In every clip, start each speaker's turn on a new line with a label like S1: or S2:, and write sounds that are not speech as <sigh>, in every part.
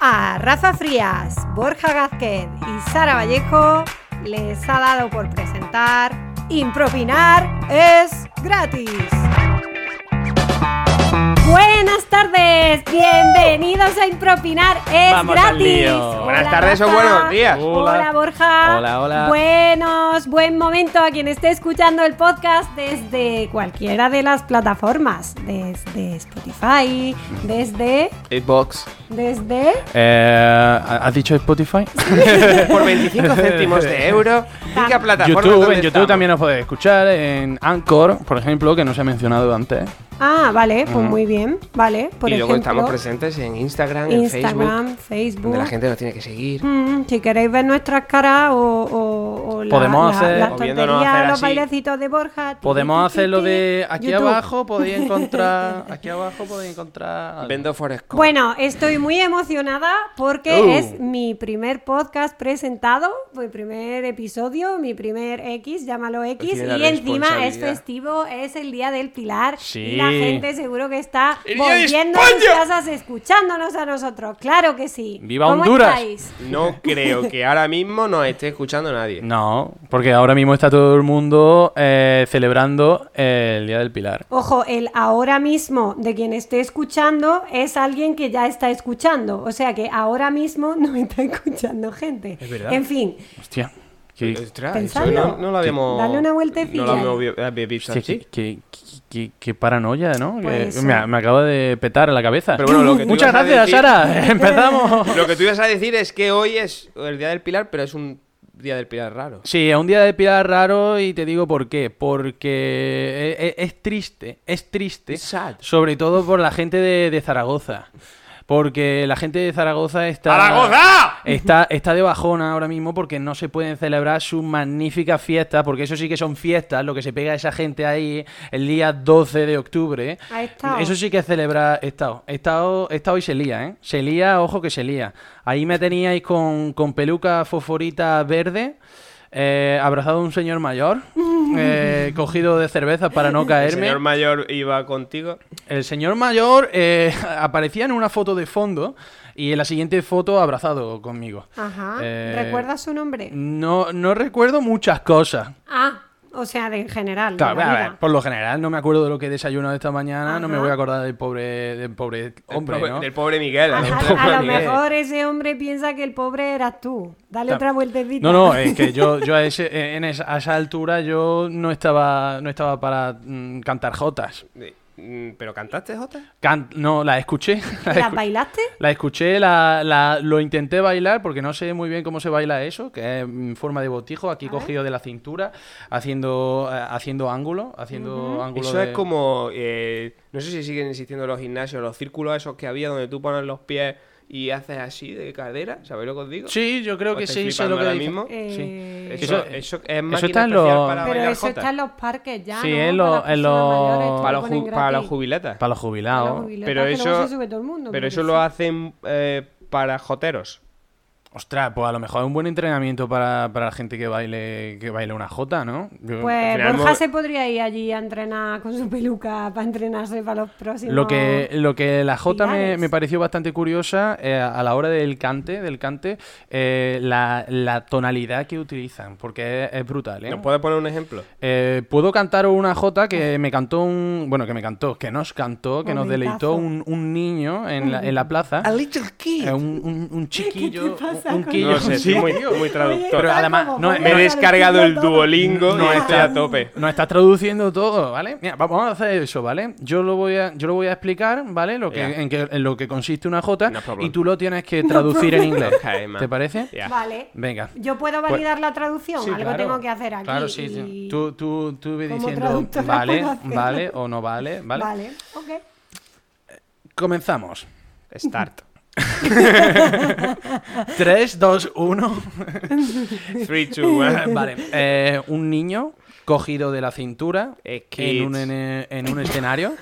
S1: a Rafa Frías, Borja Gázquez y Sara Vallejo les ha dado por presentar Impropinar es gratis. Buenas tardes, bienvenidos a Impropinar es
S2: Vamos al
S1: gratis.
S2: lío.
S1: Hola,
S3: Buenas tardes o
S1: Rafa.
S3: buenos días.
S1: Hola.
S2: Hola.
S1: Borja.
S2: Hola, hola.
S1: Buenos, buen momento a quien esté escuchando el podcast desde cualquiera de las plataformas, desde Spotify, desde
S4: Xbox.
S1: desde
S4: Eh, ¿Has dicho Spotify?
S3: <laughs> Por 25 céntimos de euro. ¿Y qué plataforma?
S4: YouTube, en
S3: dónde
S4: YouTube
S3: estamos?
S4: también os podéis escuchar, en Anchor, por ejemplo, que no se ha mencionado antes.
S1: Ah, vale, pues muy bien, vale, por
S3: y luego
S1: ejemplo,
S3: estamos presentes en Instagram, en
S1: Instagram,
S3: Facebook,
S1: Facebook.
S3: donde la gente nos tiene que seguir.
S1: Mm, si queréis ver nuestras caras o, o- o la-
S4: Podemos
S1: la-
S4: hacer-
S1: las
S3: o viéndonos
S1: tonterías,
S3: hacer
S1: los
S3: así.
S1: bailecitos de Borja. ti, ti,
S4: Podemos
S1: ti,
S4: hacer lo
S1: ti.
S4: de aquí
S1: YouTube.
S4: abajo, podéis encontrar. Aquí abajo podéis encontrar. algo.
S3: Vendo Forest Coast.
S1: Bueno, estoy muy emocionada porque
S3: Uh.
S1: es mi primer podcast presentado, mi primer episodio, mi primer X, llámalo X,
S3: Pues Tiene la
S1: y encima es
S3: responsabilidad.
S1: festivo, es el Día del Pilar
S4: Sí.
S1: y la gente seguro que está
S3: ¡El Día de
S1: volviendo a sus
S3: España!
S1: casas escuchándonos a nosotros, claro que sí.
S4: ¡Viva
S1: ¿Cómo
S4: Honduras!
S1: estáis?
S3: No creo que ahora mismo nos esté escuchando nadie.
S4: No, porque ahora mismo está todo el mundo eh, celebrando eh, el Día del Pilar.
S1: Ojo, el ahora mismo de quien esté escuchando es alguien que ya está escuchando. O sea que ahora mismo <laughs> no está escuchando gente.
S4: Es verdad.
S1: En fin,
S4: Hostia, qué,
S3: Ostras,
S1: Pensadlo.
S3: eso no, no lo habíamos.
S1: Dale una vueltecilla.
S3: No lo habíamos vi- había visto
S4: hostia,
S3: así.
S4: qué- qué- qué- qué- qué paranoia, ¿no?
S1: Pues,
S4: Que- me,
S1: eh.
S4: me acaba de petar la cabeza.
S3: Pero bueno,
S4: <laughs>
S3: lo que tú
S4: Muchas
S3: ibas a
S4: gracias,
S3: decir-
S4: Sara. <laughs>
S3: <laughs>
S4: Empezamos.
S3: Lo que tú ibas a decir es que hoy es el día del pilar, pero es un día del pilar raro.
S4: Sí, es un día de pilar raro y te digo por qué. Porque e- e- es, triste, es triste.
S3: It's sad.
S4: Sobre todo por la gente de, de Zaragoza. Porque la gente de Zaragoza está.
S3: ¡Zaragoza!
S4: Está, está de bajona ahora mismo porque no se pueden celebrar sus magníficas fiestas, porque eso sí que son fiestas, lo que se pega a esa gente ahí el día 12 de octubre.
S1: Ha estado.
S4: Eso sí que es celebrar Estado. Estado, estado y se lía, ¿eh? Se lía, ojo que se lía. Ahí me teníais con, con peluca fosforita verde, eh, abrazado a un señor
S1: <laughs>
S4: mayor, eh, cogido de cerveza para no
S3: El
S4: caerme.
S3: señor mayor iba contigo.
S4: El señor mayor eh, <laughs> aparecía en una foto de fondo y en la siguiente foto abrazado conmigo.
S1: ajá.
S4: Eh,
S1: ¿Recuerdas su nombre?
S4: No, no recuerdo muchas cosas.
S1: Ah, o sea, de en general. de
S4: Claro,
S1: la
S4: a
S1: vida.
S4: ver, por lo general no me acuerdo de lo que he desayunado esta mañana, no me
S1: Ajá.
S4: voy a acordar del pobre, del pobre hombre,
S3: Del pobre-
S4: ¿no?
S3: Del pobre Miguel.
S1: Ajá,
S3: del
S1: a,
S4: <laughs>
S3: pobre
S1: lo
S3: Miguel.
S1: mejor ese hombre piensa que el pobre eras tú. Dale
S4: Claro.
S1: otra vueltecita.
S4: No, no, es que yo, yo a, ese- eh, en esa, a esa altura yo no estaba, no estaba para mm, cantar jotas.
S3: Mm, ¿Pero cantaste, Jota?
S4: Can- no, las escuché. <laughs>
S1: <laughs>
S4: Las
S1: ¿La
S4: escu-
S1: bailaste?
S4: las escuché, la, la- lo intenté bailar porque no sé muy bien cómo se baila eso, que es en forma de botijo, aquí cogido de la cintura, haciendo, eh, haciendo ángulo, haciendo ángulo
S3: Eso
S4: de-
S3: es como. eh, no sé si siguen existiendo los gimnasios, los círculos esos que había donde tú pones los pies y haces así de cadera. ¿Sabéis lo que os digo?
S4: Sí, yo creo
S3: ¿O
S4: que
S3: estoy
S4: sí, sé lo
S3: flipando
S4: que
S3: ahora
S4: dice.
S3: mismo?
S1: Eh,
S3: Eso,
S4: Eso-
S3: eso es máquina
S4: eso está en
S3: especial
S4: los-
S3: para
S1: Pero
S3: bailar
S1: eso
S3: jota.
S1: está en los parques ya.
S4: Sí,
S1: ¿no?
S4: en
S1: Para
S4: lo-
S1: las
S4: en lo-
S1: personas mayores, te
S4: Para
S3: Para
S1: lo
S3: los,
S1: ponen
S3: ju- para los
S1: gratis.
S3: jubiletas.
S4: Para los
S1: Para los
S4: jubilados.
S1: jubiletas,
S3: Pero
S1: que luego
S3: eso-
S1: se sube todo el mundo,
S3: Pero
S1: hombre,
S3: eso
S1: sí.
S3: lo hacen eh, para joteros.
S4: Ostras, pues a lo mejor es un buen entrenamiento para, para la gente que baile que baile una jota, ¿no? Yo-
S1: Pues
S3: final
S1: Borja
S3: mo-
S1: se podría ir allí a entrenar con su peluca para entrenarse para los próximos.
S4: Lo que, lo que la Jota me,
S1: pilares.
S4: me pareció bastante curiosa eh, a la hora del cante, del cante, eh, la, la tonalidad que utilizan, porque es, es brutal, ¿eh?
S3: ¿Nos puedes poner un ejemplo?
S4: Eh, Puedo cantar una jota que me cantó un. Bueno, que me cantó, que nos cantó, que nos
S1: Momentazo.
S4: deleitó un, un niño en la, en la plaza.
S3: little kid.
S4: Eh, un, un-
S1: <laughs>
S4: un chiquillo.
S1: pasa
S4: un- un
S1: con-
S4: quillo,
S3: No sé,
S4: sí.
S3: estoy muy, muy
S1: Oye,
S3: traductor.
S4: Pero
S1: está
S4: además,
S1: como
S4: no,
S1: Borja
S3: Me he
S1: lo
S3: descargado el
S1: explica todo.
S3: Duolingo
S4: No
S3: y estoy
S4: está-
S3: a tope.
S4: Nos estás traduciendo todo, ¿vale? Mira, va- vamos a hacer eso, ¿vale? Yo lo voy a, yo lo voy a explicar, ¿vale? Lo que,
S3: Yeah.
S4: en, que- en lo que consiste una J
S3: No problem.
S4: y tú lo tienes que traducir en inglés.
S3: Okay, man.
S4: ¿Te parece?
S3: Ya.
S1: Vale.
S4: Venga.
S1: Yo puedo validar la traducción.
S4: Pues Sí,
S1: Algo
S4: claro.
S1: tengo que hacer aquí.
S4: Claro, sí.
S1: y-
S4: sí. Tú, tú, tú ve
S1: Como
S4: diciendo
S1: traductora
S4: vale,
S1: puedo hacerlo.
S4: vale o no vale, ¿vale?
S1: Vale. ok.
S4: Comenzamos. <laughs>
S3: Start.
S4: 3, 2, 1.
S3: 3, 2,
S4: <laughs>
S3: 1.
S4: Vale. Eh, un niño cogido de la cintura
S3: Eh,
S4: en
S3: kids.
S4: un, en, en un escenario.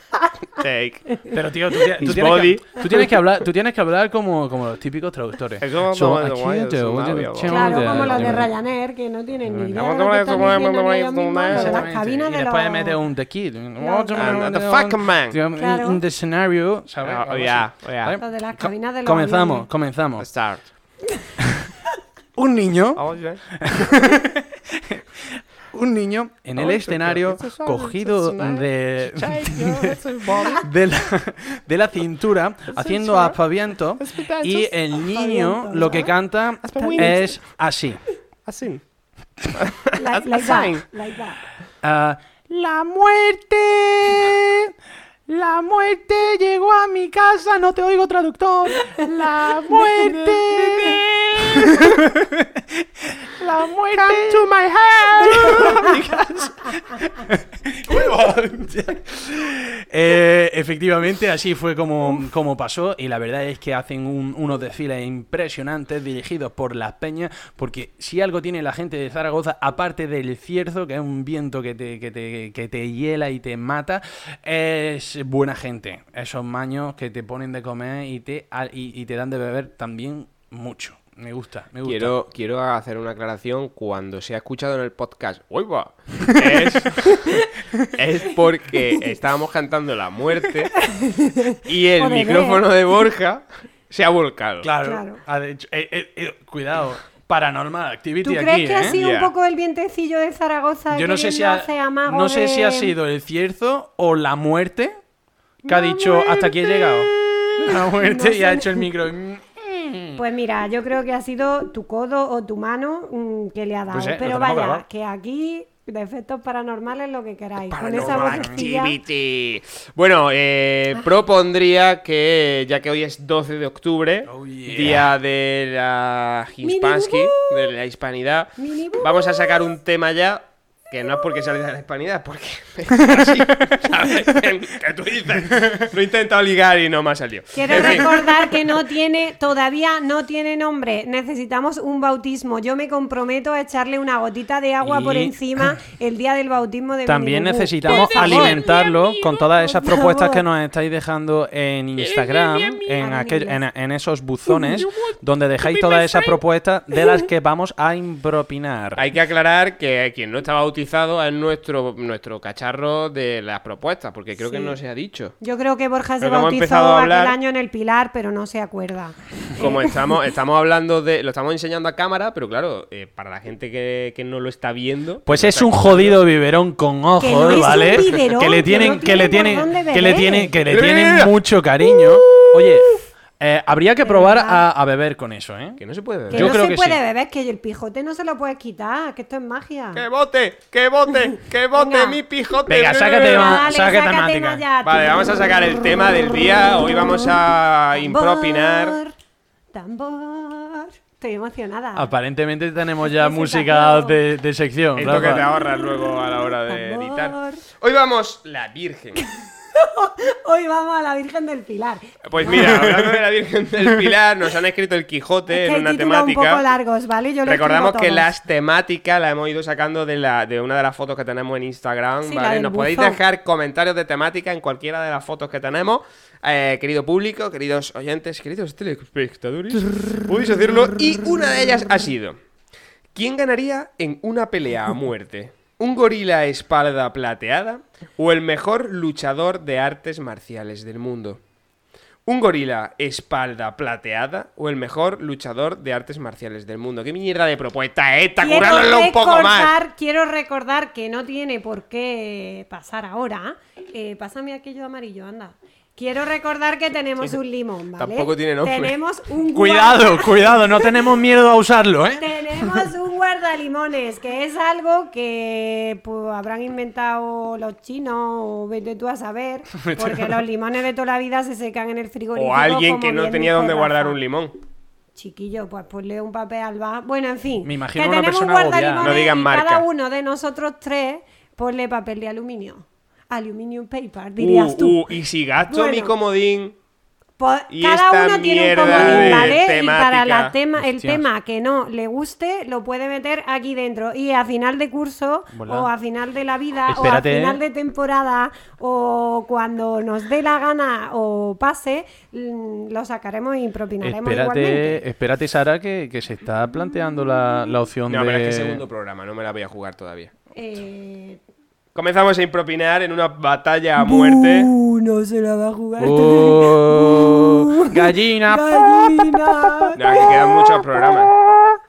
S3: Take.
S4: Pero tío, tú, ti- tú tienes,
S3: His
S4: que,
S3: body.
S4: tú tienes que hablar, tú tienes que hablar como, como los típicos traductores.
S3: Es como
S4: So,
S3: cuando-
S4: aquí
S3: cuando-
S4: te-
S3: cuando-
S4: te-
S3: cuando-
S4: te-
S1: Claro, como los de
S4: te-
S1: Ryanair, que no tienen ni idea de lo que están diciendo ni ellos mismos, lo de las
S4: Ah, Exactamente.
S1: cabinas
S4: Y
S1: de
S4: después
S1: los-
S4: mete un The Kid.
S3: And the fucking man.
S4: Digamos,
S1: Claro.
S4: In the scenario, ¿sabes?
S3: Oh,
S4: Algo así.
S3: yeah, oh, yeah.
S4: ¿Vale?
S1: lo de las
S4: Co-
S1: cabinas de los
S4: Comenzamos,
S1: aviones.
S4: comenzamos.
S3: Start.
S4: Un niño
S3: Oh, yeah.
S4: un niño en el
S3: Ay,
S4: escenario
S3: qué- qué- qué-
S4: cogido
S3: qué- qué-
S4: de,
S3: Child,
S4: de, la, de la cintura haciendo aspavientos y el niño lo que canta es así.
S3: Así.
S1: Like, like that, like that.
S4: Ah, la muerte. La muerte llegó a mi casa, no te oigo traductor.
S1: <laughs>
S4: La muerte. la muerte. Come to my <laughs> Eh, efectivamente, así fue como, como pasó. Y la verdad es que hacen un- unos desfiles impresionantes dirigidos por las peñas. Porque si algo tiene la gente de Zaragoza, aparte del cierzo, que es un viento que te, que te, que te hiela y te mata, es buena gente. Esos maños que te ponen de comer y te, a- y, y te dan de beber también mucho. Me gusta, me gusta.
S3: Quiero, quiero hacer una aclaración. Cuando se ha escuchado en el podcast,
S4: <laughs>
S3: ¡Uy, va! Es, es porque estábamos cantando la muerte y el
S1: O de ver.
S3: micrófono de Borja se ha volcado.
S4: Claro.
S1: Claro.
S4: Ha dicho- eh, eh, eh, cuidado. Paranormal Activity
S1: ¿Tú crees
S4: aquí,
S1: que
S4: ¿eh?
S1: ha sido
S3: Ya.
S1: un poco el vientecillo de Zaragoza
S4: Yo no sé si
S1: queriendo
S4: ha,
S1: hacer amago
S4: no sé
S1: de-
S4: si ha sido el cierzo o la muerte que ha
S3: ¡La
S4: dicho hasta aquí
S1: <laughs>
S4: he llegado. La muerte
S1: No
S4: y ha
S1: sé.
S4: hecho el micro.
S1: Pues mira, yo creo que ha sido tu codo o tu mano mm, que le ha dado.
S4: Pues, eh, lo
S1: Pero
S4: tenemos
S1: vaya,
S4: grabado.
S1: que aquí de efectos paranormales lo que queráis. Con esa Ah.
S3: Paranormal
S1: vocecilla-
S3: Activity. Bueno, eh, propondría que, ya que hoy es 12 de octubre,
S4: Oh, yeah.
S3: día de la Hispansky,
S1: Minibú.
S3: de la hispanidad,
S1: Minibú.
S3: vamos a sacar un tema ya. Que no es porque sea el día de la hispanidad, porque <laughs> es así,
S1: <laughs>
S3: ¿sabes? Que tú dices, lo he intentado ligar y no me ha salido.
S1: Quiero
S3: En fin.
S1: recordar que no tiene, todavía no tiene nombre. Necesitamos un bautismo. Yo me comprometo a echarle una gotita de agua por
S4: Y-
S3: <laughs>
S1: encima el día del bautismo de
S4: También
S1: Minibú.
S4: necesitamos
S1: Por favor.
S4: alimentarlo con todas esas
S1: por
S4: propuestas
S1: favor.
S4: que nos estáis dejando en Instagram, en,
S1: Ahora en
S4: aquel- en,
S1: inglés.
S4: en esos buzones donde dejáis todas esas propuestas de
S1: <laughs>
S4: las que vamos a impropinar.
S3: Hay que aclarar que quien no está bautizado es nuestro, nuestro cacharro de las propuestas, porque creo que
S1: Sí.
S3: no se ha dicho.
S1: Yo creo que Borja se
S3: Creo que hemos
S1: bautizó
S3: empezado a
S1: aquel
S3: hablar-
S1: año en el Pilar, pero no se acuerda.
S4: <laughs>
S3: Como estamos, estamos hablando de. Lo estamos enseñando a cámara, pero claro, eh, para la gente que, que no lo está viendo.
S4: Pues es un jodido biberón con ojos,
S1: no es un
S4: ¿vale?
S1: biberón,
S4: que le
S1: que
S4: tienen,
S1: no
S4: que le
S1: tiene por
S4: tienen,
S1: dónde
S4: que le
S1: beber. ¡Uh!
S4: tienen, que le
S3: Mira.
S4: tienen mucho cariño. Oye, eh, habría que probar a, a beber con eso, ¿eh?
S3: Que no se puede
S1: Que
S3: beber.
S4: Yo
S1: no
S4: creo
S1: se
S4: que
S1: puede
S4: sí.
S1: beber, que el pijote no se lo puedes quitar, que esto es magia.
S3: ¡Que bote! ¡Que bote!
S1: <laughs>
S3: ¡Que bote
S1: Venga.
S3: mi pijote!
S4: Venga, sácate,
S1: Venga,
S4: va-
S1: dale,
S4: saca
S1: sácate
S4: temática.
S1: más ya,
S3: Vale,
S1: tío.
S3: vamos a sacar el tema del día. Hoy vamos a impropinar.
S1: Tambor, tambor. Estoy emocionada.
S4: Aparentemente tenemos ya
S1: Sí, sí,
S4: música
S1: sacó.
S4: de, de sección.
S3: Esto que te
S4: Rafa.
S3: ahorras luego a la hora de
S1: Tambor.
S3: editar. Hoy vamos la Virgen.
S1: <laughs> <laughs> Hoy vamos a la Virgen del Pilar.
S3: Pues mira, hablando de la Virgen del Pilar, nos han escrito el Quijote
S1: Es que
S3: Este, en
S1: hay
S3: una
S1: títulos
S3: temática.
S1: un poco largos, ¿vale? Yo los
S3: Recordamos
S1: escribo
S3: que
S1: todos.
S3: las temáticas las hemos ido sacando de, la, de una de las fotos que tenemos en Instagram,
S1: Sí, la
S3: ¿vale?
S1: del
S3: Nos podéis
S1: buzón.
S3: dejar comentarios de temática en cualquiera de las fotos que tenemos. Eh, querido público, queridos oyentes, queridos telespectadores, podéis hacerlo. Y una de ellas ha sido, ¿quién ganaría en una pelea a muerte? ¿Un gorila a espalda plateada o el mejor luchador de artes marciales del mundo? ¿Un gorila espalda plateada o el mejor luchador de artes marciales del mundo? ¿Qué mierda de propuesta es esta? Currárnoslo un poco más.
S1: recordar- quiero recordar que no tiene por qué pasar ahora. Eh, pásame aquello amarillo, anda. Quiero recordar que tenemos un limón, ¿vale?
S3: Tampoco tiene nombre.
S1: Tenemos
S3: <laughs>
S1: un
S4: Cuidado, cuidado, no tenemos miedo a usarlo, ¿eh?
S1: Tenemos un guardalimones, que es algo que pues, habrán inventado los chinos, o vete tú a
S3: <laughs>
S1: saber, porque los limones de toda la vida se secan en el frigorífico.
S3: O alguien que
S1: como
S3: no
S1: bien
S3: tenía
S1: dice
S3: dónde guardar
S1: Rafa.
S3: un limón.
S1: Chiquillo, pues ponle un papel al bar. Bueno, en fin.
S4: Me imagino
S1: que
S4: una
S1: tenemos un
S4: persona agobiada.
S1: guardalimones
S3: No digan
S1: y
S3: marca.
S1: cada uno de nosotros tres ponle papel de aluminio. Aluminium paper, dirías
S3: Uh,
S1: tú.
S3: uh, y si gasto
S1: Bueno.
S3: mi comodín,
S1: Po-
S3: Y
S1: Cada
S3: esta
S1: uno tiene un
S3: mierda
S1: comodín,
S3: de
S1: ¿vale? Y para
S3: temática.
S1: la tema, el
S4: Hostias.
S1: tema que no le guste, lo puede meter aquí dentro. Y a final de curso,
S4: Volá.
S1: o a final de la vida,
S4: Espérate,
S1: o a
S4: ¿eh?
S1: final de temporada, o cuando nos dé la gana o pase, mm, lo sacaremos y propinaremos igualmente.
S4: Espérate, espérate, Sara, que, que se está planteando la, la opción
S3: No,
S4: de.
S3: pero es que segundo programa, no me la voy a jugar todavía.
S1: Eh,
S3: Comenzamos a impropinar en una batalla a muerte.
S1: ¡bu! Uh, no se la va a jugar. este
S3: Oh,
S1: <laughs>
S4: Uh, gallina.
S1: Gallina.
S3: No, que quedan muchos programas.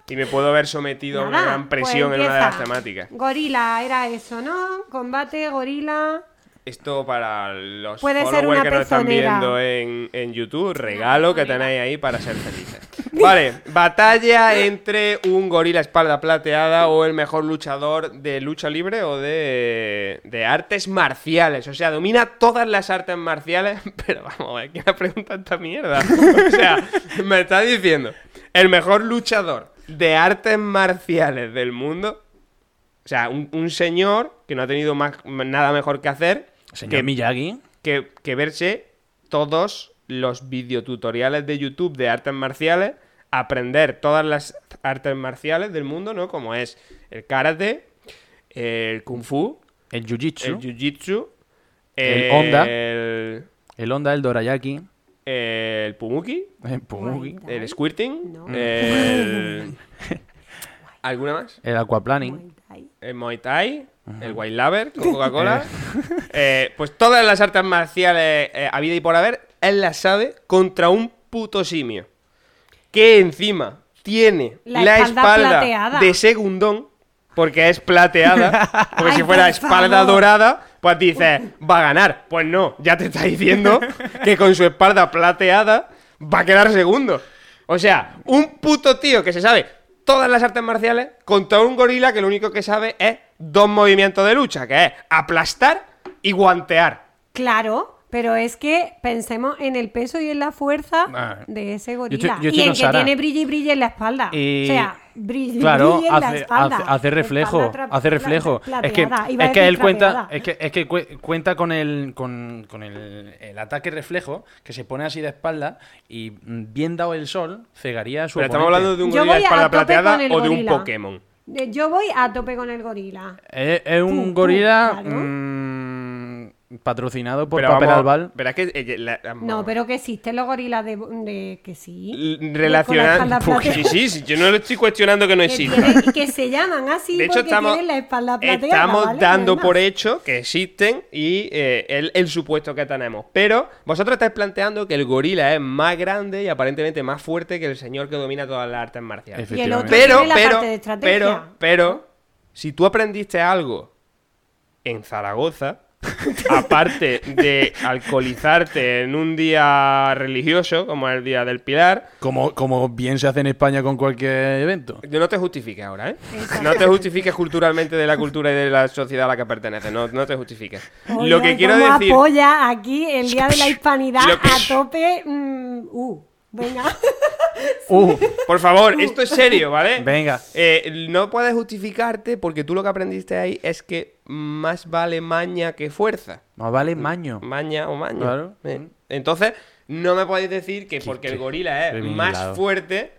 S3: Y me puedo ver sometido a una
S1: Nada,
S3: gran
S1: pues
S3: presión en una de las
S1: empieza.
S3: temáticas.
S1: Gorila, era eso, ¿no? Combate, gorila.
S3: Esto para los
S1: Puede ser
S3: followers
S1: una
S3: que nos están
S1: pezonera.
S3: viendo en, en YouTube, regalo que tenéis ahí para ser felices. Vale, batalla entre un gorila espalda plateada o el mejor luchador de lucha libre o de, de artes marciales. O sea, domina todas las artes marciales. <laughs> Pero vamos, a ver, ¿quién ha preguntado esta mierda? <laughs> O sea, me está diciendo, el mejor luchador de artes marciales del mundo. O sea, un, un señor que no ha tenido más, nada mejor que hacer
S4: Señor
S3: que
S4: Miyagi.
S3: que, que verse todos los videotutoriales de YouTube de artes marciales, aprender todas las artes marciales del mundo, ¿no? Como es el karate, el kung fu,
S4: El
S3: el
S4: Jiu-Jitsu.
S3: jiu-jitsu,
S4: El Honda.
S3: el,
S4: El Honda, el Dorayaki.
S3: el pumuki,
S4: El Pumugi.
S3: el squirting,
S1: No.
S4: <laughs>
S3: el... ¿Alguna más?
S4: El Aquaplaning.
S1: Ay,
S3: El Muay Thai, el White Lover con Coca-Cola. Eh, pues todas las artes marciales eh, habida y por haber, él las sabe contra un puto simio. Que encima tiene la,
S1: La
S3: espalda,
S1: espalda plateada.
S3: de segundón, porque
S1: <laughs>
S3: es plateada, como
S1: Ay,
S3: si fuera
S1: por
S3: espalda
S1: favor.
S3: dorada, pues dices, va a ganar. Pues no, ya te
S1: <laughs>
S3: está diciendo que con su espalda plateada va a quedar segundo. O sea, un puto tío que se sabe todas las artes marciales contra un gorila que lo único que sabe es dos movimientos de lucha, que es aplastar y guantear.
S1: Claro, pero es que pensemos en el peso y en la fuerza
S4: Ah.
S1: de ese
S4: Yo estoy-
S1: gorila.
S4: yo estoy
S1: y en
S4: con
S1: que
S4: Sara.
S1: tiene brillo y brille en la espalda.
S4: Y-
S1: O sea, brille,
S4: Claro,
S1: brille en la
S4: hace,
S1: espalda.
S4: hace- hace reflejo,
S1: Espalda tra-
S4: hace reflejo.
S1: pla-
S4: Es que,
S1: plateada. Iba a
S4: es que
S1: decir
S4: él cuenta,
S1: trapeada.
S4: es que, es que cue- cuenta con el con, con el, el ataque reflejo que se pone así de espalda y mm, bien dado el sol cegaría a su
S3: Pero estamos
S4: oponente.
S3: hablando de un
S1: Yo
S3: gorila de
S1: voy a
S3: espalda
S1: tope
S3: plateada
S1: con el
S3: o de un
S1: gorila.
S3: Pokémon.
S1: Eh, Yo voy a tope con el gorila.
S4: Eh, Es, es un
S1: Tú, tú,
S4: gorila
S1: claro.
S4: mm, patrocinado por
S3: Pero
S4: Pues Papel
S3: vamos-
S4: Albal.
S3: pero es que, eh, la-
S1: No, pero que existen los gorilas de, de- que sí.
S3: L-
S1: Con
S3: relacionando
S1: la espalda
S3: <laughs> Pues sí,
S1: plateada.
S3: sí, sí, yo no lo estoy cuestionando que no
S1: Que,
S3: exista.
S1: tienen- que se llaman así
S3: <laughs> De hecho,
S1: porque
S3: estamos,
S1: tienen la espalda plateada. ¿vale?
S3: estamos
S1: No hay
S3: dando
S1: más.
S3: por hecho que existen y eh, el, el supuesto que tenemos. Pero vosotros estáis planteando que el gorila es más grande y aparentemente más fuerte que el señor que domina todas las artes marciales.
S1: Y el otro
S4: Efectivamente.
S3: Pero,
S1: tiene la
S3: pero,
S1: parte de estrategia.
S3: pero, pero, si tú aprendiste algo en Zaragoza, <laughs> aparte de alcoholizarte en un día religioso, como el Día del Pilar,
S4: Como, como bien se hace en España con cualquier evento.
S3: Yo no te justifiques ahora, ¿eh?
S1: Exacto.
S3: No te justifiques culturalmente de la cultura y de la sociedad a la que perteneces. No, no te justifiques.
S1: Oye,
S3: Lo que quiero
S1: cómo
S3: decir.
S1: apoya aquí el Día de la Hispanidad
S3: <laughs> Lo que- <laughs>
S1: a tope. mm, uh, venga.
S4: Uh, <laughs>
S3: Por favor, esto es serio, ¿vale?
S4: Venga.
S3: Eh, no puedes justificarte porque tú lo que aprendiste ahí es que más vale maña que fuerza.
S4: más vale maño.
S3: Maña o maña.
S4: Claro.
S3: Eh, Entonces, no me podéis decir que porque el
S4: qué-
S3: gorila
S4: qué
S3: es
S4: bien
S3: más
S4: hilado.
S3: fuerte.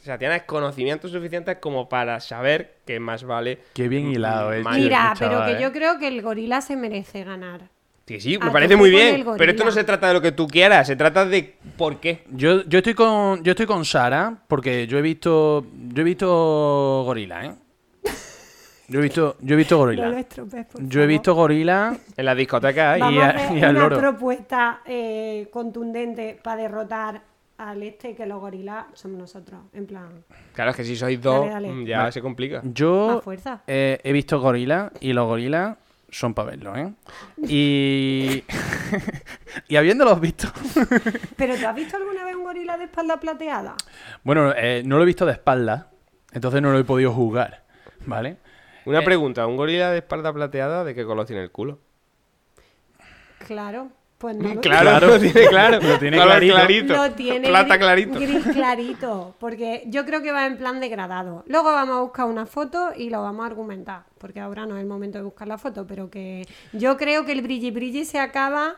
S3: O sea, tienes conocimientos suficientes como para saber que más vale.
S4: Qué bien hilado, eh.
S3: Maña.
S1: <laughs>
S4: tío,
S1: Mira,
S4: este
S1: pero
S4: chaval,
S1: que yo
S4: eh.
S1: creo que el gorila se merece ganar.
S3: Sí, sí,
S1: A
S3: me
S1: tope
S3: parece muy
S1: Ah, con
S3: bien.
S1: el gorila.
S3: Pero esto no se trata de lo que tú quieras, se trata de por qué.
S4: Yo, yo estoy con yo estoy con Sara porque yo he visto yo he visto gorila, ¿eh? Yo he visto yo he visto
S1: No lo
S4: gorila.
S1: estropees, por
S4: Yo he
S1: favor.
S4: visto gorila.
S3: En las discotecas hay.
S4: Va.
S1: Vamos
S4: y
S1: a
S4: <laughs> a-
S1: hacer
S4: y al
S1: una
S4: loro.
S1: propuesta eh, contundente para derrotar al este que los gorilas somos nosotros. En plan,
S3: Claro, es que si sois dos,
S1: Dale, dale.
S3: mm, ya se complica.
S4: Yo
S1: Más fuerza.
S4: eh, he visto gorila y los gorilas son para verlo, ¿eh? Y <laughs> y habiéndolos visto.
S1: ¿pero tú has visto alguna vez un gorila de espalda plateada?
S4: Bueno, eh, no lo he visto de espaldas, entonces no lo he podido jugar, ¿vale?
S3: Una pregunta: ¿un gorila de espalda plateada de qué color tiene el culo?
S1: Claro, pues
S4: Mm,
S1: no. lo-
S3: Claro, lo tiene claro.
S4: <laughs>
S3: Lo
S4: tiene clarito.
S3: clarito.
S1: Lo tiene
S3: Plata
S1: gris-
S3: clarito.
S1: gris clarito, porque yo creo que va en plan degradado. Luego vamos a buscar una foto y lo vamos a argumentar, porque ahora no es el momento de buscar la foto, pero que yo creo que el brilli brilli se acaba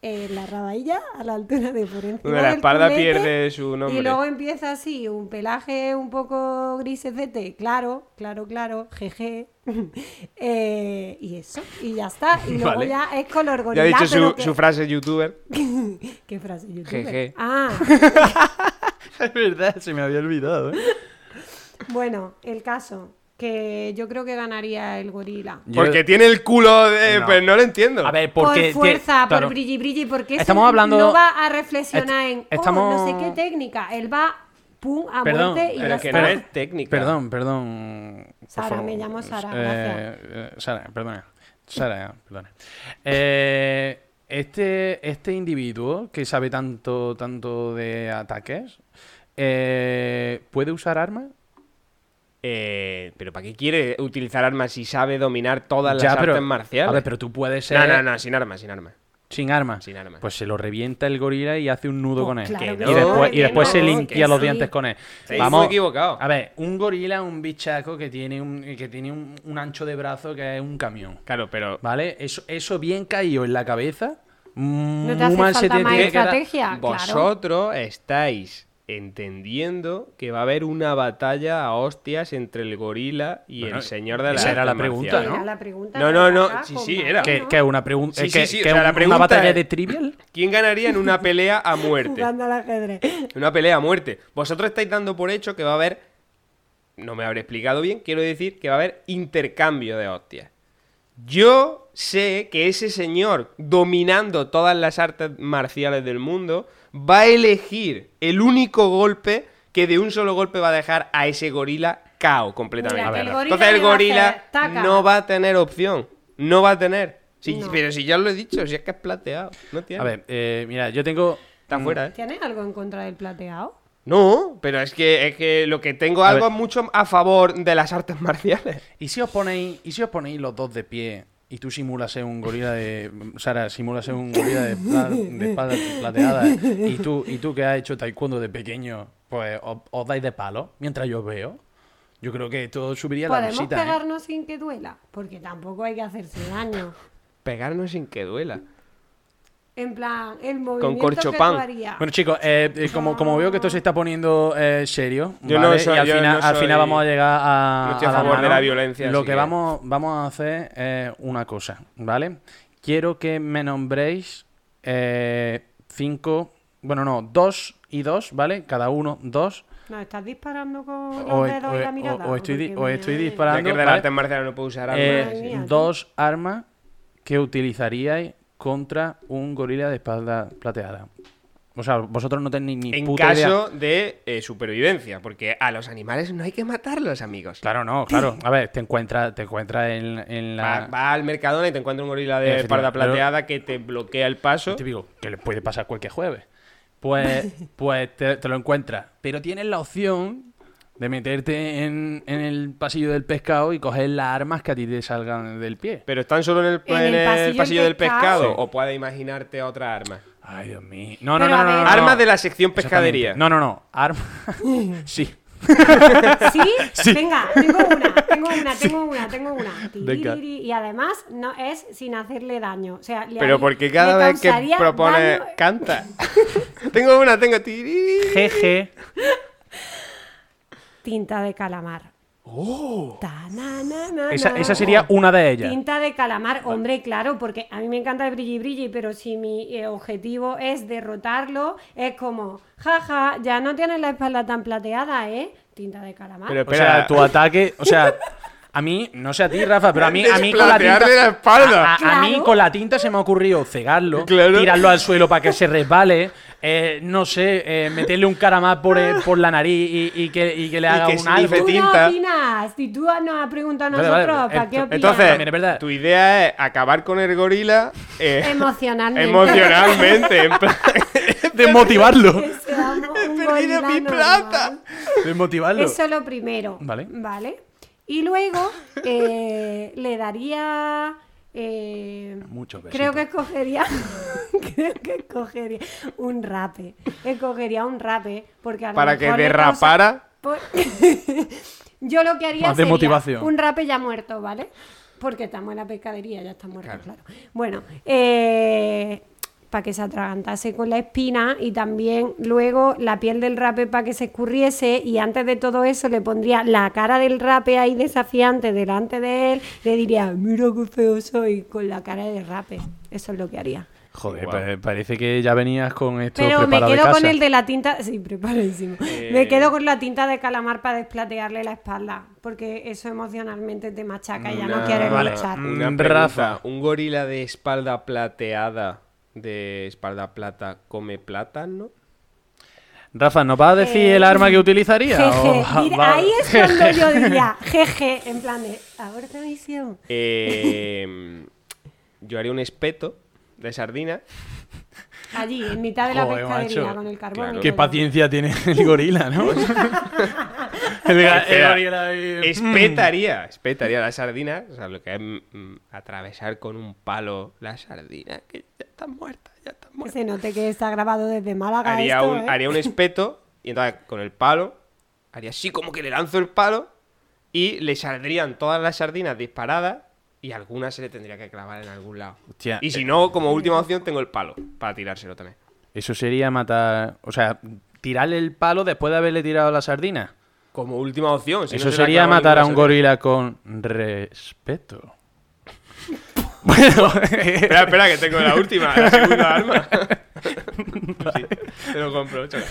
S1: en la rabadilla a la altura de por encima
S3: Donde la
S1: del
S3: espalda
S1: culete,
S3: pierde su nombre.
S1: Y luego empieza así, un pelaje un poco grisecete, claro, claro, claro, jeje. <laughs> Eh, y eso, y ya está.
S3: <laughs>
S1: Y luego
S3: Vale.
S1: ya es color
S3: Ya ha
S1: gorila.
S3: dicho su,
S1: pero que-
S3: su frase youtuber.
S1: ¿Qué frase? youtuber?
S3: Jeje.
S1: Ah,
S4: <laughs> Es verdad, se me había olvidado. ¿eh?
S1: bueno, el caso, que yo creo que ganaría el gorila.
S4: Yo-
S3: Porque tiene el culo de.
S4: No.
S3: Pues no lo entiendo.
S4: A ver,
S1: Por
S4: porque... te-
S1: fuerza,
S4: claro.
S1: por brilli brilli, porque eso
S4: Estamos hablando-
S1: no va a reflexionar en
S4: Est-
S1: oh, no
S4: estamos-
S1: sé qué técnica. Él va pum a
S4: Perdón, eh,
S1: muerte y
S3: Pero
S1: ya
S3: es que
S1: está.
S3: no es técnica.
S4: Perdón, perdón. por
S1: Sara,
S4: favor.
S1: me llamo Sara,
S4: Eh, eh, Sara, perdona. Sara, perdona. Eh, este, este individuo que sabe tanto, tanto de ataques, eh, ¿puede usar armas?
S3: Eh, pero ¿para qué quiere utilizar armas si sabe dominar todas las artes
S4: pero,
S3: marciales?
S4: A ver, pero tú puedes ser
S3: No, no, no, sin armas, sin armas.
S4: sin armas.
S3: Sin armas.
S4: Pues se lo revienta el gorila y hace un nudo
S1: Pues
S4: con él.
S1: claro
S3: que
S4: y,
S3: no,
S4: después,
S3: que
S4: y después se
S3: no,
S4: limpia
S3: que
S4: los
S1: sí.
S4: dientes con él.
S3: Estáis
S4: Vamos,
S3: muy equivocados.
S4: A ver, un gorila, un bichaco que tiene un, que tiene un, un ancho de brazo que es un camión.
S3: Claro, pero.
S4: ¿Vale? Eso, eso bien caído en la cabeza.
S1: ¿No
S4: No
S1: te hace falta más
S3: tiene que dar
S1: estrategia? Claro.
S3: Vosotros estáis entendiendo que va a haber una batalla a hostias entre el gorila y
S4: Bueno,
S3: el señor de la
S4: esa era la pregunta,
S1: Era
S4: ¿no?
S1: la pregunta.
S3: No, no, no,
S1: Rafa,
S3: sí,
S1: con
S3: sí,
S1: Rafa,
S3: era.
S4: Que,
S1: ¿no?
S4: que es una pregunta.
S3: Sí,
S4: eh, que,
S3: sí, sí,
S4: que
S3: o sea, la
S4: un-
S3: pregunta
S4: una batalla
S3: es-
S4: de trivial.
S3: ¿Quién ganaría en una pelea a muerte?
S1: Jugando al ajedrez.
S3: Una pelea a muerte. Vosotros estáis dando por hecho que va a haber. No me habré explicado bien, quiero decir que va a haber intercambio de hostias. Yo sé que ese señor, dominando todas las artes marciales del mundo, va a elegir el único golpe que de un solo golpe va a dejar a ese gorila cao completamente.
S1: Mira, que el gorila
S3: Entonces el
S1: le va a
S3: gorila
S1: hacer taca.
S3: no va a tener opción. No va a tener. Si-
S1: No.
S3: Pero si ya lo he dicho, si es que es plateado. No tiene.
S4: A ver, eh, mira, yo tengo.
S3: Está fuera, ¿eh?
S1: ¿Tienes algo en contra del plateado?
S3: No, pero es que, es que lo que tengo
S4: A
S3: algo
S4: ver.
S3: es mucho a favor de las artes <laughs> marciales.
S4: ¿Y si os ponéis, y si os ponéis los dos de pie y tú simulas ser un gorila de. Sara, simulas ser un gorila de, pla- de espada plateada. Y tú, y tú que has hecho taekwondo de pequeño, pues os, os dais de palo mientras yo os veo. Yo creo que todo subiría la
S1: ¿Podemos
S4: visita. ¿eh?
S1: pegarnos sin que duela? Porque tampoco hay que hacerse daño.
S3: Pegarnos sin que duela.
S1: En plan, el movimiento que tú
S3: corchopán.
S1: harías.
S4: Bueno, chicos, eh, eh, como, como veo que esto se está poniendo eh, serio,
S3: Yo
S4: ¿vale?
S3: no soy-
S4: y al,
S3: yo
S4: final,
S3: no
S4: al
S3: soy-
S4: final vamos a llegar a.
S3: no estoy a
S4: la
S3: favor de
S4: mano.
S3: la violencia,
S4: Lo
S3: así
S4: que,
S3: que-
S4: Vamos, vamos a hacer es una cosa, ¿vale? Quiero que me nombréis eh, cinco. Bueno, no, dos y dos, ¿vale? Cada uno, dos.
S1: No, estás disparando con los
S4: O, e-
S1: dedos y la
S4: o-
S1: mirada.
S4: o estoy, di-
S1: Porque
S4: o
S1: me-
S4: estoy
S3: Ya
S4: disparando.
S3: que el de las
S4: ¿vale?
S3: artes marciales no puede usar armas.
S4: Eh,
S1: Madre mía, tío.
S4: dos armas que utilizaríais contra un gorila de espalda plateada. O sea, vosotros no tenéis ni
S3: en
S4: puta idea.
S3: caso de eh, supervivencia, porque a los animales no hay que matarlos, amigos.
S4: Claro, no, claro. A ver, te encuentras te encuentras en, en
S3: Va,
S4: la...
S3: va al Mercadona y te encuentra un gorila de
S4: Efectivamente,
S3: espalda plateada que te bloquea el paso.
S4: Te digo, que le puede pasar cualquier jueves.
S3: <laughs>
S4: Pues, pues te, te lo encuentras. Pero tienes la opción de meterte en, en el pasillo del pescado y coger las armas que a ti te salgan del pie.
S3: Pero están solo en el,
S1: En el
S3: en el
S1: pasillo
S3: pasillo, del
S1: del pescado.
S3: pescado.
S4: Sí.
S3: O puedes imaginarte otra arma.
S4: Ay, Dios mío. No, no,
S1: Pero
S4: no,
S1: a
S4: no,
S1: ver-
S4: no, no.
S3: Armas de la sección pescadería.
S4: Exactamente. No, no, no.
S3: <laughs>
S4: Armas... sí.
S1: ¿Sí? Venga, tengo una, tengo una, tengo una, tengo una.
S4: Venga.
S1: Tiriri, Y además no es sin hacerle daño. O sea, le
S3: Pero
S1: haría-
S3: porque cada
S1: le
S3: vez que
S1: causaría
S3: propone
S1: daño-
S3: canta. <laughs> tengo una, tengo tiri.
S4: Jeje.
S1: Tinta de calamar. ¡Oh! Ah,
S4: Esa, esa sería una de ellas.
S1: Tinta de calamar, hombre, claro, porque a mí me encanta el brilli brilli, pero si mi eh, objetivo es derrotarlo, es como, jaja, ya no tienes la espalda tan plateada, ¿eh? Tinta de calamar.
S3: Pero-
S4: O sea,
S3: Espera.
S4: tu ataque, o sea, a mí, no sé a ti, Rafa, pero a mí, a mí con la tinta.
S3: Desplantearle la espalda.
S4: A, a- a mí
S1: Claro.
S4: con la tinta se me ha ocurrido cegarlo,
S3: Claro.
S4: tirarlo al suelo para que se resbale, eh, no sé, eh, meterle un caramás por,
S1: Ah.
S4: eh, por la nariz y, y que, y que le
S3: Y
S4: haga
S3: que
S4: un
S3: se
S4: algo.
S1: ¿Tú
S3: de
S1: no
S3: tinta.
S1: opinas? Si tú nos has preguntado a
S4: Vale, vale,
S1: nosotros, ¿para
S4: esto-
S1: qué opinas?
S3: Entonces,
S4: También es verdad.
S3: tu idea es acabar con el gorila eh, <laughs>
S1: Emocionalmente.
S3: emocionalmente. en plan,
S1: <laughs>
S4: Desmotivarlo.
S1: Que sea un
S3: he
S1: gorila
S3: perdido mi
S1: normal.
S3: plata.
S4: Desmotivarlo.
S1: Eso lo primero.
S4: Vale.
S1: Vale. Y luego eh, le daría. eh,
S4: Muchos
S1: creo
S4: besitos.
S1: que escogería. <laughs> creo que escogería un rape. Escogería un rape. Porque a lo
S3: Para que
S1: mejor le
S3: derrapara.
S1: <laughs> causa- por- Yo lo que haría
S4: Más de
S1: sería
S4: motivación.
S1: un rape ya muerto, ¿vale? Porque estamos en la pescadería, ya está muerto, claro. Bueno, eh, para que se atragantase con la espina y también luego la piel del rape para que se escurriese y antes de todo eso le pondría la cara del rape ahí desafiante delante de él, le diría, mira qué feo soy con la cara del rape. Eso es lo que haría.
S4: Joder,
S3: Guau.
S4: pa- parece que ya venías con esto
S1: Pero me
S4: preparado de
S1: quedo con
S4: casa.
S1: el de la tinta, <laughs> sí, preparadísimo.
S3: Eh.
S1: Me quedo con la tinta de calamar para desplatearle la espalda, porque eso emocionalmente te machaca y ya no,
S3: Una-
S1: quieres
S4: Vale.
S1: luchar.
S4: Mm.
S3: Una
S4: Mm,
S3: pregunta,
S4: Rafa.
S3: ¿Un gorila de espalda plateada de espalda plata come plátano?
S4: Rafa, ¿nos vas a decir
S1: Eh,
S4: el
S1: <laughs>
S4: arma que utilizaría?
S1: Jeje,
S4: O ah, va-
S1: mira,
S4: va-
S1: ahí es cuando
S4: <laughs>
S1: yo diría, jeje, en plan de, ahora te misión.
S3: Eh, <laughs> yo haría un espeto de sardina.
S1: Allí, en mitad de la
S4: Joder,
S1: pescadería,
S4: macho.
S1: con el carbón.
S3: Claro.
S1: y
S4: Qué
S1: todo.
S4: paciencia tiene el gorila,
S1: <laughs>
S4: ¿no? el, ga- el
S3: Espera,
S4: gorila ahí, mm.
S3: Espetaría, espetaría la sardina. O sea, lo que es mm, atravesar con un palo la sardina, que ya está muerta, ya está
S1: Que
S3: muerta.
S1: se note que está grabado desde Málaga
S3: haría,
S1: esto,
S3: un,
S1: ¿eh? <laughs>
S3: haría un espeto y entonces con el palo haría así como que le lanzo el palo y le saldrían todas las sardinas disparadas y alguna se le tendría que clavar en algún lado.
S4: Hostia,
S3: y si
S4: eh.
S3: no, como última opción tengo el palo para tirárselo también.
S4: Eso sería matar. O sea, tirarle el palo después de haberle tirado la sardina.
S3: Como última opción. si no
S4: Eso
S3: se le ha
S4: sería
S3: clavado
S4: matar a un
S3: ninguna sardina.
S4: gorila con respeto. bueno, <laughs> eh,
S3: Espera, espera, que tengo la última, la
S4: <laughs>
S3: segunda arma. Sí, te lo compro, chaval.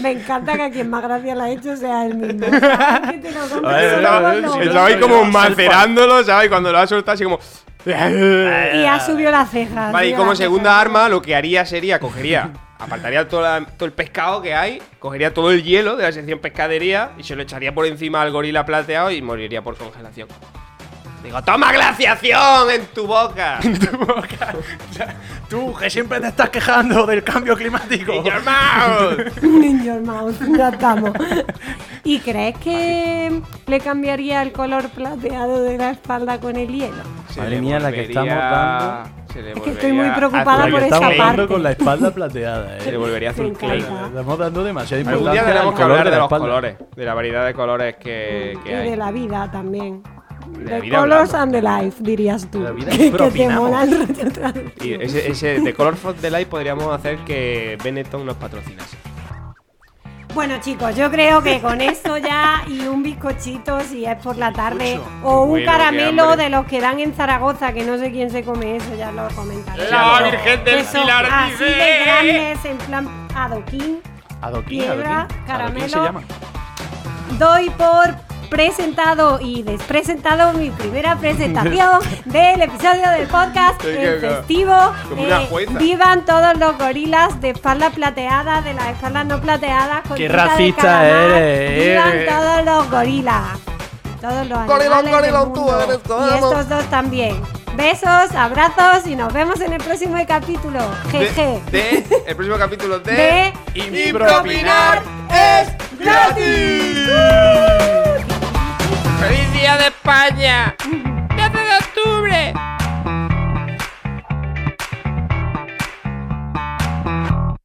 S1: Me encanta que a quien más gracia la ha hecho sea el mismo.
S4: <laughs>
S1: Es que te lo compro,
S4: Ay,
S1: te lo
S4: ay,
S1: compro.
S4: ay,
S3: Estaba ahí como macerándolo, ¿sabes? Y Cuando lo ha soltado así como...
S1: Y ha subido las cejas.
S3: Vale, y
S1: subió
S3: como
S1: las
S3: segunda
S1: cejas.
S3: arma, lo que haría sería
S4: <laughs>
S3: cogería, apartaría todo, la- todo el pescado que hay, cogería todo el hielo de la sección pescadería y se lo echaría por encima al gorila plateado y moriría por congelación. Digo, toma glaciación en
S4: <laughs>
S3: tu boca. <laughs>
S4: tú que siempre te estás quejando del cambio climático.
S3: In your
S4: <laughs>
S1: <laughs>
S3: mouth.
S1: In your mouth, ya estamos. ¿Y crees que le cambiaría el color plateado de la espalda con el hielo?
S3: Se
S4: Madre
S3: le
S4: mía, la que
S3: volvería-
S4: estamos dando.
S3: se le
S1: Es que estoy muy
S3: volvería
S1: preocupada
S3: azul.
S1: por esa
S4: estamos dando
S1: parte.
S4: con la espalda plateada,
S3: Se le
S4: eh.
S3: volvería
S1: Me
S3: azul
S1: encanta.
S3: claro.
S4: Estamos dando demasiada
S3: Algún
S4: importancia
S3: día tenemos
S4: al
S3: que
S4: color
S3: hablar
S4: la
S3: de, los
S4: espalda.
S3: colores, de la variedad de colores que, que
S1: Y
S3: Eh, hay.
S1: de la vida también.
S3: la
S1: De
S3: vida
S1: colors
S3: hablamos.
S1: and the life, dirías tú.
S4: De la
S1: <laughs>
S4: vida
S1: que, que te
S4: propinamos.
S1: mola el rollo otra vez.
S3: Y ese, ese de Color for the Light podríamos hacer que Benetton nos patrocinase.
S1: Bueno chicos, yo creo que con esto ya y un bizcochito si es por la tarde o un
S3: Bueno, qué
S1: caramelo
S3: hambre.
S1: de los que dan en Zaragoza, que no sé quién se come eso, ya lo comentaré.
S3: La Virgen del
S1: Que son
S3: Pilar
S1: así de
S3: dice- ¿eh?
S1: grandes en plan adoquín.
S4: Adoquín,
S1: Piedra,
S4: adoquín.
S1: caramelo.
S4: Adoquín se llama.
S1: Doy por presentado y despresentado mi primera
S3: <laughs>
S1: presentación del episodio del podcast
S3: Estoy
S1: en
S3: que-
S1: festivo. eh,
S3: como una jueza.
S1: vivan todos los gorilas de espalda plateada, de las espaldas no plateadas. Con
S4: Qué
S1: tinta de
S4: racista
S1: calamar.
S4: eres,
S1: Vivan
S4: eres.
S1: todos los gorilas. Todos los
S3: Gorila,
S1: animales
S3: gorila,
S1: del
S3: tú
S1: mundo.
S3: eres gorila.
S1: Y estos dos también. Besos, abrazos y nos vemos en el próximo capítulo. Jeje.
S3: De, de- el próximo capítulo de...
S1: De-
S3: Impropinar es gratis. ¡Feliz Día de España!